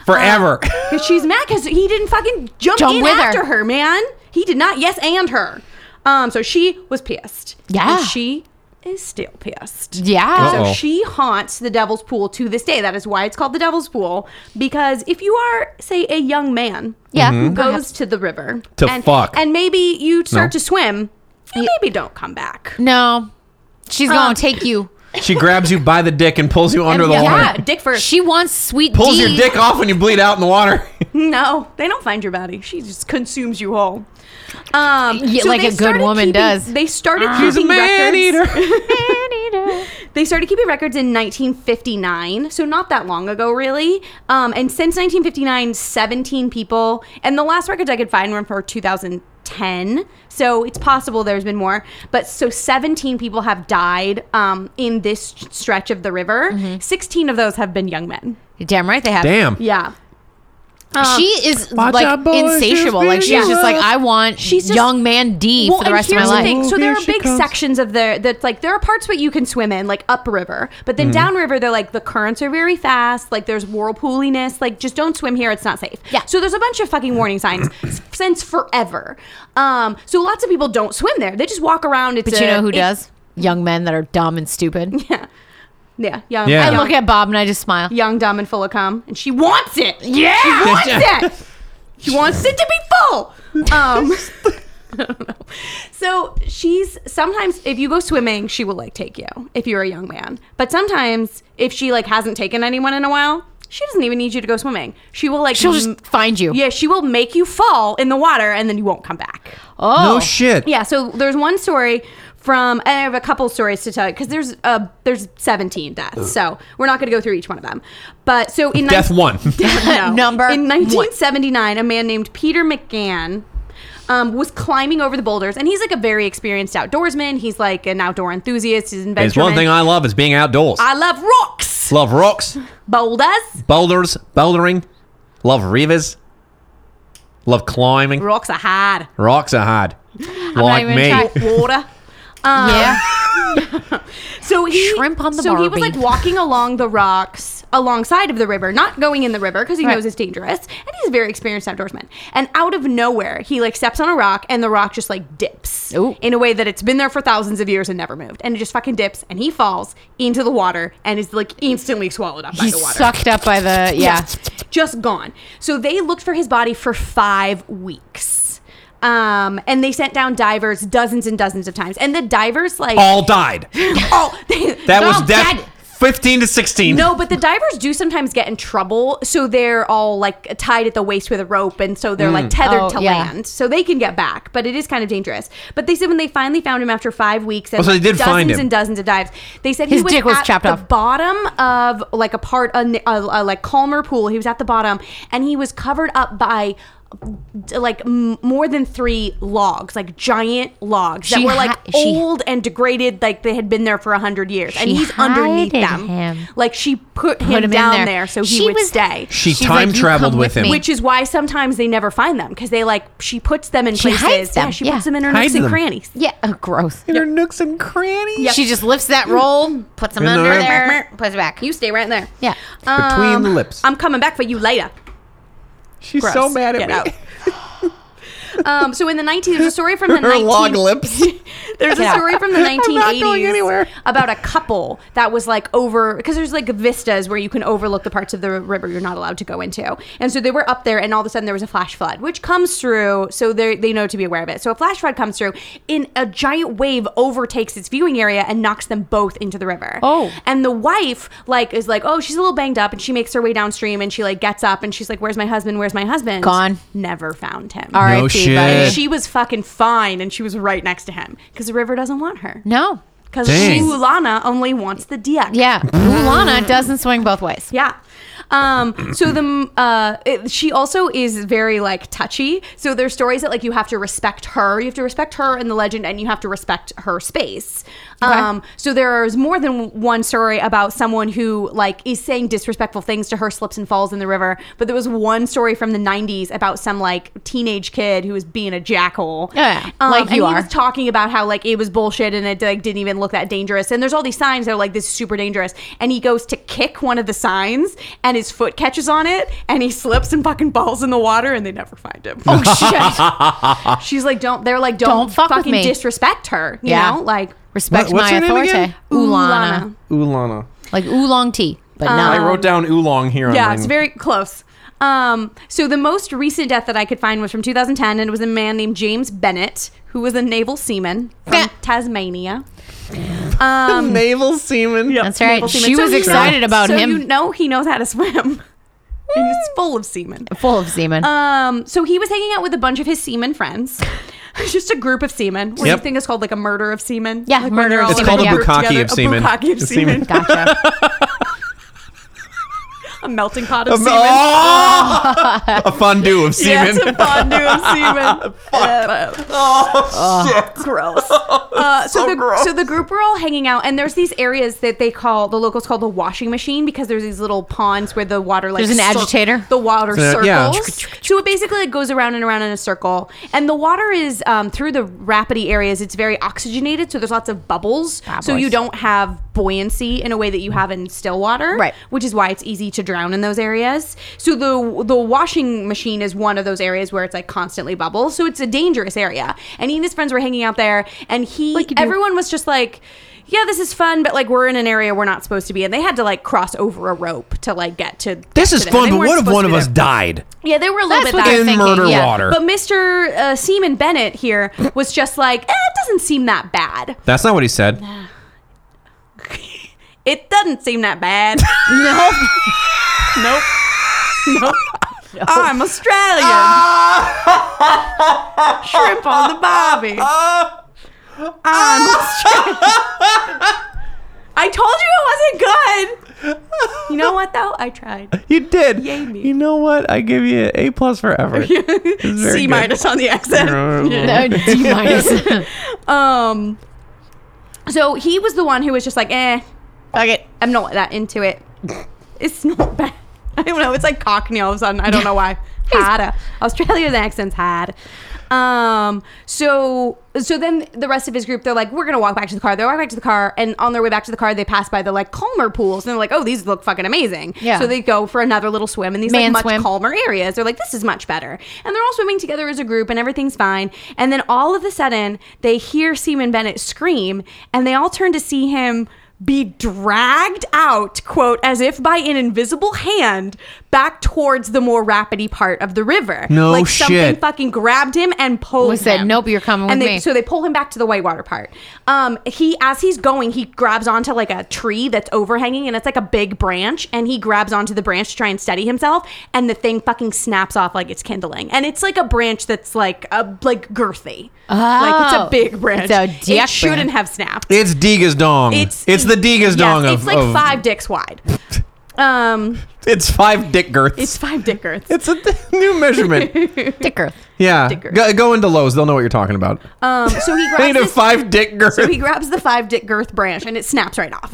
Forever. Because she's mad because he didn't fucking jump Jump in with her. after her. man. He did not. Yes, and her. Um, so she was pissed. Yeah. And she is still pissed. Yeah. Uh-oh. Mm-hmm. So she haunts the Devil's Pool to this day. That is why it's called the Devil's Pool. Because if you are, say, a young man Yeah. who Mhm. goes to the river To and, fuck. and maybe you start No. to swim, you Ye- maybe don't come back. No. She's going Um, to take you. she grabs you by the dick and pulls you under the yeah, water. dick first. She wants sweet Pulls your D. dick off when you bleed out in the water. No, they don't find your body. She just consumes you whole. Um, Yeah, like they a good started woman keeping- does. Ah. They started She's a keeping man records. eater. They started keeping records in 1959, so not that long ago, really. Um, and since 1959, 17 people, and the last records I could find were for 2010. So it's possible there's been more, but so 17 people have died um, in this stretch of the river. 16 of those have been young men. Damn right they have. Damn. Yeah. Um, She is Watch out, like boy, she's insatiable. Like she's being just like rough. I want She's just- young man D for the and rest of my here's the life. thing. So Oh, here there are she big comes. sections of the that's like there are parts where you can swim in, like upriver, but Mm-hmm. then downriver they're like the currents are very fast, like there's whirlpooliness, like just don't swim here, it's not safe. Yeah. So there's a bunch of fucking warning signs since forever. Um, so lots of people don't swim there; they just walk around. It's But you a- know who it- does? Young men that are dumb and stupid. Yeah, young, Yeah. I young, look at Bob and I just smile. young, dumb, and full of cum, and she wants it. Yeah. She wants it. She wants it to be full. Um, I don't know. So she's sometimes if you go swimming, she will like take you if you're a young man. But sometimes if she like hasn't taken anyone in a while, she doesn't even need you to go swimming. She will like She'll m- just find you. yeah, she will make you fall in the water and then you won't come back. Oh No shit. Yeah, so there's one story from I have a couple stories to tell you because there's uh there's 17 deaths, so we're not going to go through each one of them. But so in Death one. No. Number in 1979, a man named Peter McGann. Um, was climbing over the boulders, and he's like a very experienced outdoorsman. He's like an outdoor enthusiast. He's an It's adventurer. one thing I love is being outdoors. I love rocks, love rocks, boulders. boulders, bouldering. Love rivers. Love climbing. Rocks are hard. Rocks are hard. Like even me. trying. Water. yeah. So he Shrimp on the so he was Barbie. like walking along the rocks alongside of the river, not going in the river because he Right. knows it's dangerous, and he's a very experienced outdoorsman. And out of nowhere, he like steps on a rock, and the rock just like dips Ooh. in a way that it's been there for thousands of years and never moved, and it just fucking dips, and he falls into the water and is like instantly swallowed up by He's the water sucked up by the yeah. just gone. So they looked for his body for five weeks. Um, and they sent down divers dozens and dozens of times. And the divers, like, All died. oh, they- That they're was all death. dead. 15 to 16. No, but the divers do sometimes get in trouble. So they're all like tied at the waist with a rope. And so they're Mm. like tethered Oh, to yeah. land. So they can get back, but it is kind of dangerous. But they said when they finally found him after five weeks and Oh, so they like, did dozens find him. and dozens of dives, they said His he was dick was at chopped the off. bottom of like a part, a, n- a- a, like calmer pool. He was at the bottom and he was covered up by d- like m- more than three logs, like giant logs that She were like hi- she- old and degraded, like they had been there for a hundred years, and She he's underneath hided them. him. Like she put him, him in down there. there. so he She would was- stay. She She's like, time "You traveled come with with him. me." Which is why sometimes they never find them because they like she puts them in She places. hides Yeah, them, she yeah. puts them in her Hides nooks and them. crannies. Yeah. Oh, gross. in her nooks and crannies. She just lifts that roll, puts them In the under room. there, puts it back. You stay right there. Yeah. Between the lips. Um, I'm coming back for you later. She's Gross. so mad at Get me. out. um, so in the 19, there's a story from the Her 19, log lips. There's a Yeah. story from the 1980s not going anywhere. about a couple that was like over because there's like vistas where you can overlook the parts of the river you're not allowed to go into. And so they were up there and all of a sudden there was a flash flood, which comes through, so they they know to be aware of it. So a flash flood comes through in a giant wave overtakes its viewing area and knocks them both into the river. Oh. And the wife like is like, "Oh, she's a little banged up." And she makes her way downstream and she like gets up and she's like, "Where's my husband? Where's my husband?" Gone. Never found him. R.I.P. No shit. buddy. She was fucking fine, and she was right next to him because the river doesn't want her. no. because Dang. Lana only wants the dick. Yeah. Lana doesn't swing both ways. yeah. Um, so the uh, it- she also is very like touchy. So there's stories that like you have to respect her, you have to respect her in the legend, and you have to respect her space. Um, so there's more than one story about someone who like is saying disrespectful things to her, slips and falls in the river. But there was one story from the '90s about some like teenage kid who was being a jackhole. Yeah, like Um, and you he was are. talking about how like it was bullshit and it like didn't even look that dangerous. And there's all these signs that are like this is super dangerous. And he goes to kick one of the signs and his foot catches on it and he slips and fucking falls in the water and they never find him. Oh shit! She's like, don't. They're like, don't, Don't fuck with fucking me. disrespect her. You Yeah. know, like Respect What- what's my her name authority. again? Oolana, Oolana. like oolong tea, but I not wrote down oolong here on Um, Yeah, mine. it's very close. Um, so the most recent death that I could find was from 2010, and it was a man named James Bennett, who was a naval seaman Yeah. from Tasmania. naval seaman. That's right. naval She was you know- excited about so him. You know, he knows how to swim, and it's full of semen. full of semen. Um, so he was hanging out with a bunch of his seamen friends. It's Just a group of semen. What do you Yep. think is called like a murder of semen? Yeah, like murder of It's semen, called a Yeah. bukkake of semen. A bukkake of It's semen. semen. gotcha. A melting pot A, of semen. Oh! a fondue of semen. Oh, Yes, a fondue of semen. Fuck. Oh. gross. Uh, so, the, gross. so the group were all hanging out, and there's these areas that they call the locals call the washing machine because there's these little ponds where the water like There's an cir- agitator. The water So, circles. yeah. So it basically like, goes around and around in a circle, and the water is um, through the rapidy areas. It's very oxygenated, so there's lots of bubbles, so Bubbles. you don't have buoyancy in a way that you have in still water Right. which is why it's easy to drown in those areas. So the the washing machine is one of those areas where it's like constantly bubbles. So it's a dangerous area. And he and his friends were hanging out there, and he Like you do. everyone was just like. Yeah, this is fun, but like we're in an area we're not supposed to be, and they had to like cross over a rope to like get to. This to is them. fun, They but weren't what if supposed one to of be us there. died Yeah, they were a little That's bit what that. they in thinking, murder yeah. water? But Mr. Uh, Seaman Bennett here was just like, eh, it doesn't seem that bad. That's not what he said. It doesn't seem that bad. Nope. nope. Nope. I'm Australian. Shrimp on the Bobby. I'm Australian. I told you it wasn't good. You know what though? I tried. You did. Yay me. You know what? I give you A plus for effort. C minus on the accent. No, D minus. Um. So he was the one who was just like, eh, fuck it. I'm not that into it. It's not bad. I don't know. It's like Cockney all of a sudden. I don't know why. Harder. Australia's accent's hard. Um. So so then the rest of his group, they're like, we're gonna walk back to the car. They walk back to the car, and on their way back to the car, they pass by the like calmer pools, and they're like, oh, these look fucking amazing. Yeah. So they go for another little swim in these Man like much swim. calmer areas. They're like, this is much better. And they're all swimming together as a group and everything's fine. And then all of a sudden, they hear Seaman Bennett scream and they all turn to see him be dragged out, quote, as if by an invisible hand back towards the more rapidy part of the river. No like something shit. fucking grabbed him and pulled We said, him. "Nope, you're coming and with they, me." So they pull him back to the whitewater part. Um, he, as he's going, he grabs onto like a tree that's overhanging, and it's like a big branch, and he grabs onto the branch to try and steady himself, and the thing fucking snaps off like it's kindling, and it's like a branch that's like a like girthy, Oh. like it's a big branch. It's a it dick shouldn't branch. have snapped. It's Diga's dong. It's, the Diga's yes, dong of It's like of- five dicks wide. Um, It's five dick girths. it's five dick girths. It's a new measurement. Dicker. Yeah. Dick girth. Go, go into Lowe's. They'll know what you're talking about. Um, so he grabs I need a this- five dick girth. So he grabs the five dick girth branch and it snaps right off.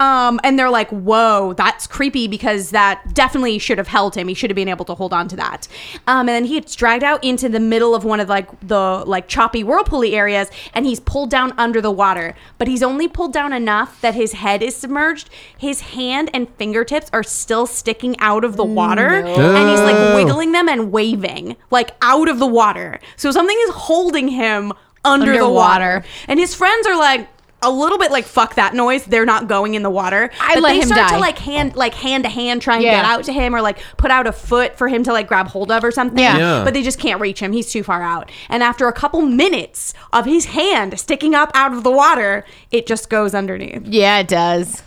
Um, and they're like, whoa, that's creepy because that definitely should have held him. He should have been able to hold on to that. Um, and then he gets dragged out into the middle of one of like the like choppy whirlpooly areas and he's pulled down under the water. But he's only pulled down enough that his head is submerged. His hand and fingertips are still sticking out of the water. And he's No. like wiggling them and waving like out of the water. So something is holding him under the Underwater. water. And his friends are like a little bit like fuck that noise. They're not going in the water. I but let they him start die. to like hand like hand to hand try and Yeah. get out to him or like put out a foot for him to like grab hold of or something. Yeah. Yeah. But they just can't reach him. He's too far out. And after a couple minutes of his hand sticking up out of the water, it just goes underneath. Yeah, it does.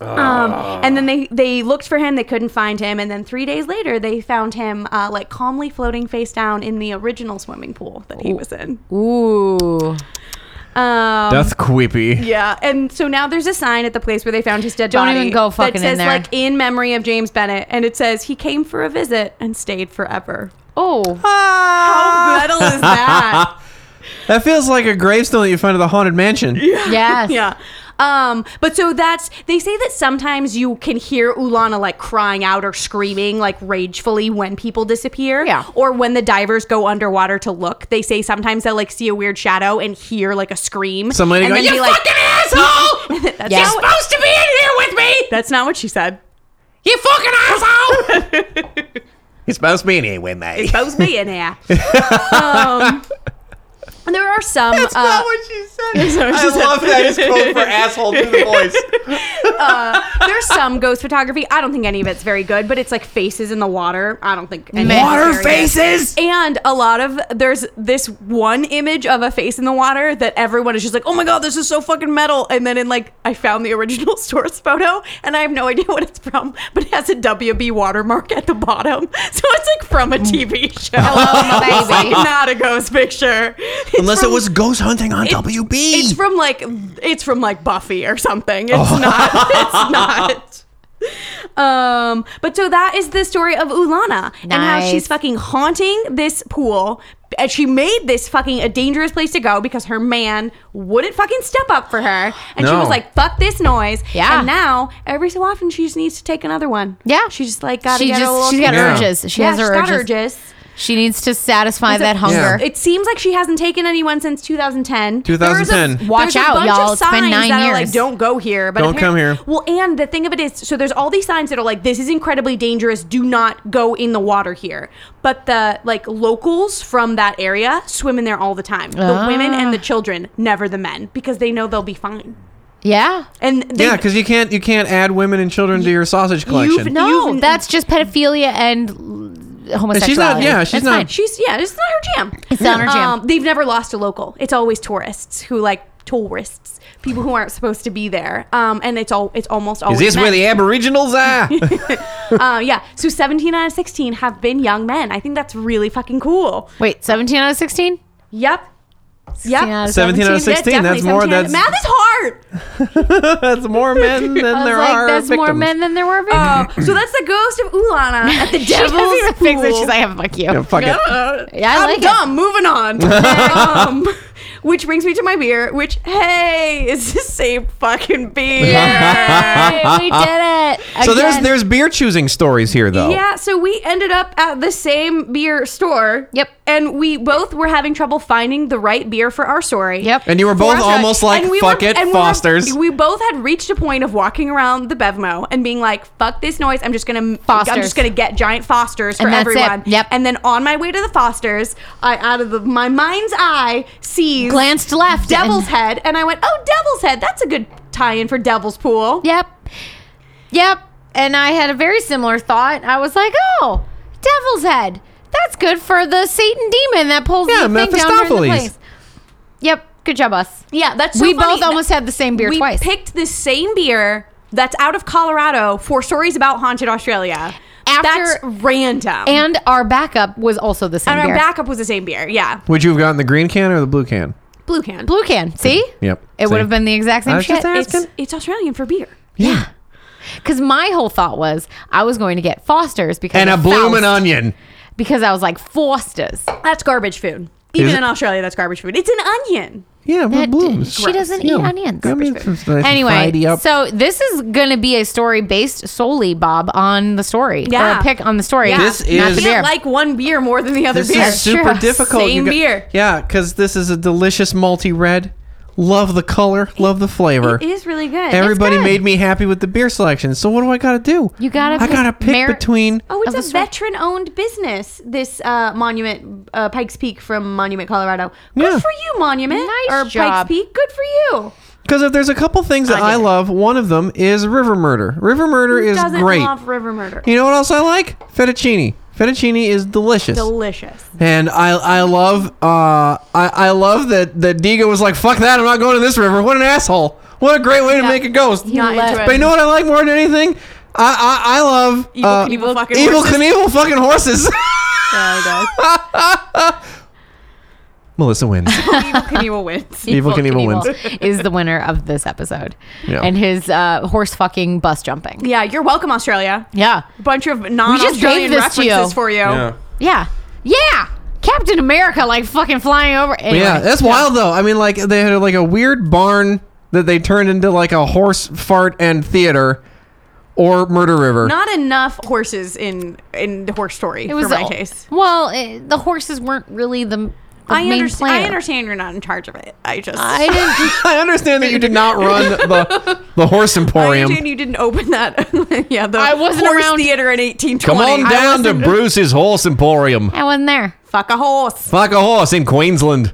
Oh. Um, and then they they looked for him. They couldn't find him. And then three days later, they found him uh, like calmly floating face down in the original swimming pool that he was in. Ooh. Um, That's creepy. yeah, and so now there's a sign at the place where they found his dead Don't body. even go fucking in that says, there. Like in memory of James Bennett, and it says he came for a visit and stayed forever. Ah. Oh, How metal is that? That feels like a gravestone that you find at the haunted mansion. yes. yeah. Um, but so that's they say that sometimes you can hear Ulana like crying out or screaming like ragefully when people disappear. Yeah. Or when the divers go underwater to look. They say sometimes they'll like see a weird shadow and hear like a scream. Somebody and go, "You fucking asshole! that's, Yeah. not what, supposed to be in here with me. that's not what she said. You fucking asshole. It's supposed to be anyway, mate. Bo's me in here. um, and there are some uh, what she said. not what she I said. love that it's code for asshole through the voice. There's some ghost photography. I don't think any of it's very good, but it's like faces in the water. I don't think any of it's Water very good. And a lot of there's this one image of a face in the water that everyone is just like, oh my god, this is so fucking metal. And then in like, I found the original source photo, and I have no idea what it's from, but it has a WB watermark at the bottom, so it's like from a TV show. Hello, my It's, like, baby. not a ghost picture. It's Unless from- it was ghost hunting on WB. It's from like it's from like Buffy or something. It's not. It's not. Um, but so that is the story of Ulana and how Nice. she's fucking haunting this pool. And she made this fucking a dangerous place to go because her man wouldn't fucking step up for her. And she No. was like, fuck this noise. Yeah. And now every so often she just needs to take another one. Yeah. She just like gotta She get just- a little she's got Yeah. urges. She Yeah, has her she's got urges. She needs to satisfy that hunger. Yeah. it seems like she hasn't taken anyone since 2010. 2010. Watch out, y'all. It's been nine that Are like, years. don't go here. But Don't come apparent- here. Well, and the thing of it is, so there's all these signs that are like, this is incredibly dangerous. Do not go in the water here. But the like locals from that area swim in there all the time. The women and Ah. the children, never the men, because they know they'll be fine. Yeah. And they, yeah, because you can't you can't add women and children to your sausage collection. no- No, You've- that's just pedophilia and l- homosexuality. yeah, she's That's not- fine. she's yeah, it's not her jam. It's not her jam. Um, they've never lost a local. It's always tourists who like tourists, people who aren't supposed to be there. Um, and it's all it's almost always Is this men. where the aboriginals are? Uh, yeah. So 17 out of 16 have been young men. I think that's really fucking cool. Wait, 17 out of 16? Yep. Yep. 17 out of 16, Yeah, that's definitely more 17 out that's of- math is hard. that's more men than I was there like, are there's more victims. men than there were victims. Uh, so that's the ghost of Ulana at the she doesn't devil's even fix it. pool. She's like, "Yeah, fuck you. Yeah, fuck it. Yeah, I I'm like it. dumb. Moving on. um, which brings me to my beer, which, hey, is the same fucking beer. Yay, we did it. So there's Again. there's beer choosing stories here though. Yeah, so we ended up at the same beer store. Yep. And we both were having trouble finding the right beer for our story. Yep. And you were both For us, almost right? like And we fuck were- it, and we were- Fosters. We, both had reached a point of walking around the Bevmo and being like, "Fuck this noise! I'm just gonna I'm Fosters. just gonna get giant Fosters for And that's it. everyone." Yep. And then on my way to the Fosters, I out of the, my mind's eye sees glanced left. Devil's and- Head, and I went, "Oh, Devil's Head! That's a good tie-in for Devil's Pool." Yep. Yep. And I had a very similar thought. I was like, oh, devil's head. That's good for the Satan demon that pulls Yeah, the thing down during the Mephistopheles. place. Yep. Good job, us. Yeah, that's so we funny. both almost had the same beer we twice. picked the same beer that's out of Colorado for stories about haunted Australia. After- that's random. and our backup was also the same And our beer. backup was the same beer. Yeah. Would you have gotten the green can or the blue can? Blue can. Blue can. See? Yep. It See? would have been the exact I same was just shit. asking. It's, it's Australian for beer. Yeah. Because my whole thought was I was going to get Foster's because And a of bloomin' Faust, onion. because I was like Foster's. That's garbage food. Is Even it? in Australia, that's garbage food. It's an onion. Yeah, but That- blooms. She doesn't Yeah. eat onions. I mean, it's nice and fried Anyway, up. so this is going to be a story based solely, Bob, on the story. Or Yeah. a pick on the story. Yeah. This not is- the You beer. can't like one beer more than the other This beer. is super Sure. difficult. You Same got- beer. Yeah, because this is a delicious multi red. Love the color. Love the flavor. It is really good. Everybody good. made me happy with the beer selection. So what do I got to do? You gotta I got to pick pick Mar- between. Oh, Of it's the a store. veteran-owned business. This uh, Monument uh, Pikes Peak from Monument, Colorado. Good Yeah. for you, Monument. Nice or job. Pikes Peak. Good for you. Because if there's a couple things that I love, one of them is River Murder. River Murder is Doesn't great. love River Murder. you know what else I like? Fettuccine. Fettuccine is delicious. Delicious. and I I love uh I, I love that that Diego was like fuck that I'm not going to this river what an asshole what a great way to make a ghost Not left. into but you know what I like more than anything I I, I love Evil uh, Knievel fucking evil horses. Knievel fucking horses Oh, God. Melissa wins. Evil Knievel wins. Evil Knievel wins. Knievel Is the winner of this episode. Yeah. And his uh, horse fucking bus jumping. Yeah, you're welcome, Australia. Yeah. Bunch of non-Australian gave this to you. references for you. yeah. Yeah. Yeah. Captain America, like fucking flying over. Anyway. Yeah, that's wild though. I mean, like they had like a weird barn that they turned into like a horse fart and theater, or Murder River. Not enough horses in in the horse story It was for my all- case. Well, it, the horses weren't really the, the I, main understand. player. I understand you're not in charge of it. I just I didn't. I understand that you did not run the the horse I emporium. understand you didn't open that. yeah, the I wasn't horse around. theater in 1820. Come on I down to wasn't- Bruce's horse emporium. I wasn't there. fuck a horse. Fuck a horse in Queensland.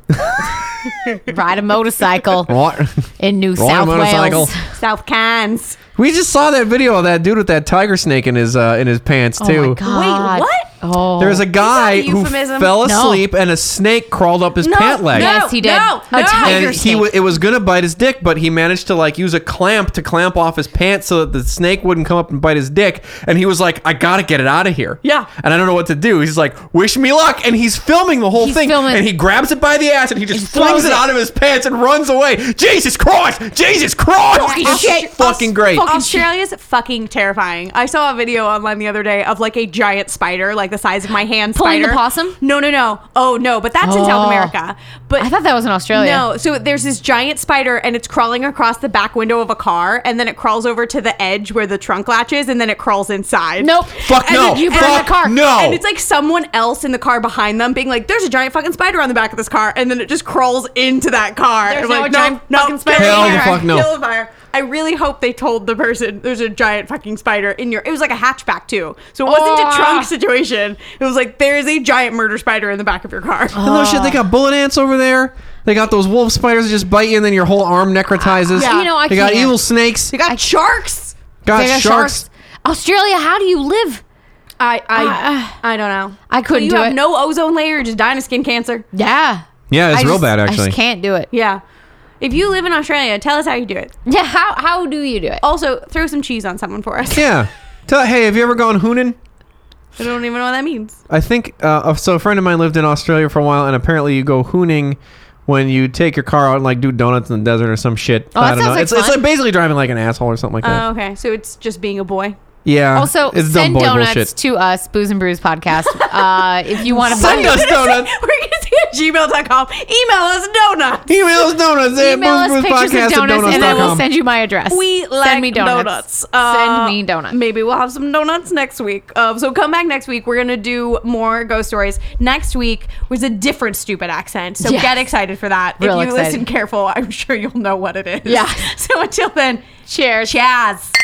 Ride a motorcycle What? in New Ride a South motorcycle. Wales. South Cairns. We just saw that video of that dude with that tiger snake in his uh, in his pants Oh too. my god. what? Oh. There's a guy Is that a who euphemism? fell No. asleep and a snake crawled up his No, pant leg. no, Yes, he did. No, A no. tiger and he snake. w- it was gonna bite his dick, but he managed to like use a clamp to clamp off his pants so that the snake wouldn't come up and bite his dick. And he was like, "I gotta get it out of here." Yeah. And I don't know what to do. He's like, "Wish me luck," and he's filming the whole He's thing. filming- And he grabs it by the ass and he just flings throws it, it. out of his pants and runs away. Jesus Christ! Jesus Christ! shit. Fucking great. Oh, Australia's fucking terrifying. I saw a video online the other day of like a giant spider, like the size of my hand Pulling the spider. possum? No, no, no. Oh no, but that's in Oh. South America. But I thought that was in Australia. No, so there's this giant spider and it's crawling across the back window of a car and then it crawls over to the edge where the trunk latches and then it crawls inside. Nope. Fuck And no. then you burn Fuck the car. no. And it's like someone else in the car behind them being like, there's a giant fucking spider on the back of this car. And then it just crawls into that car. There's And now like, a giant fucking kill spider it, Hell in the fire, fuck no. kill it, fire. I really hope they told the person there's a giant fucking spider in your. It was like a hatchback too, so it wasn't Oh. a trunk situation. It was like there's a giant murder spider in the back of your car. Oh. And no shit, they got bullet ants over there. They got those wolf spiders that just bite you, and then your whole arm necrotizes. Yeah. You know, I they got can't. evil snakes. They got sharks. got They got sharks. Australia, how do you live? I I I don't know. Ah, I couldn't You do have it. no ozone layer. You're just dying of skin cancer. Yeah. Yeah, it's I real just- bad I actually. just can't do it. Yeah. If you live in Australia, tell us how you do it. Yeah. How how do you do Uh, it? Also, throw some cheese on someone for us. Yeah. Tell, hey, have you ever gone hooning? I don't even know what that means. I think uh, so. A friend of mine lived in Australia for a while, and apparently you go hooning when you take your car out and like do donuts in the desert or some shit. Oh, I that don't know. sounds like it's, it's fun. like basically driving like an asshole or something like that. Oh, okay. So it's just being a boy. yeah. Also, it's dumb send boy donuts bullshit. to us, Booze and Brews podcast. uh, if you want to Send us donuts. We're going to see at gmail.com. Email us donuts. Email us donuts. at email us pictures boozebroozpodcast of at donuts, and I will donuts.com. send you my address. We like send me donuts. Uh, send me donuts. Maybe we'll have some donuts next week. Uh, so come back next week. We're going to do more ghost stories. Next week was a different stupid accent. So Yes. get excited for that. Real if you excited. listen careful, I'm sure you'll know what it is. Yeah. So until then, Cheers. Chaz.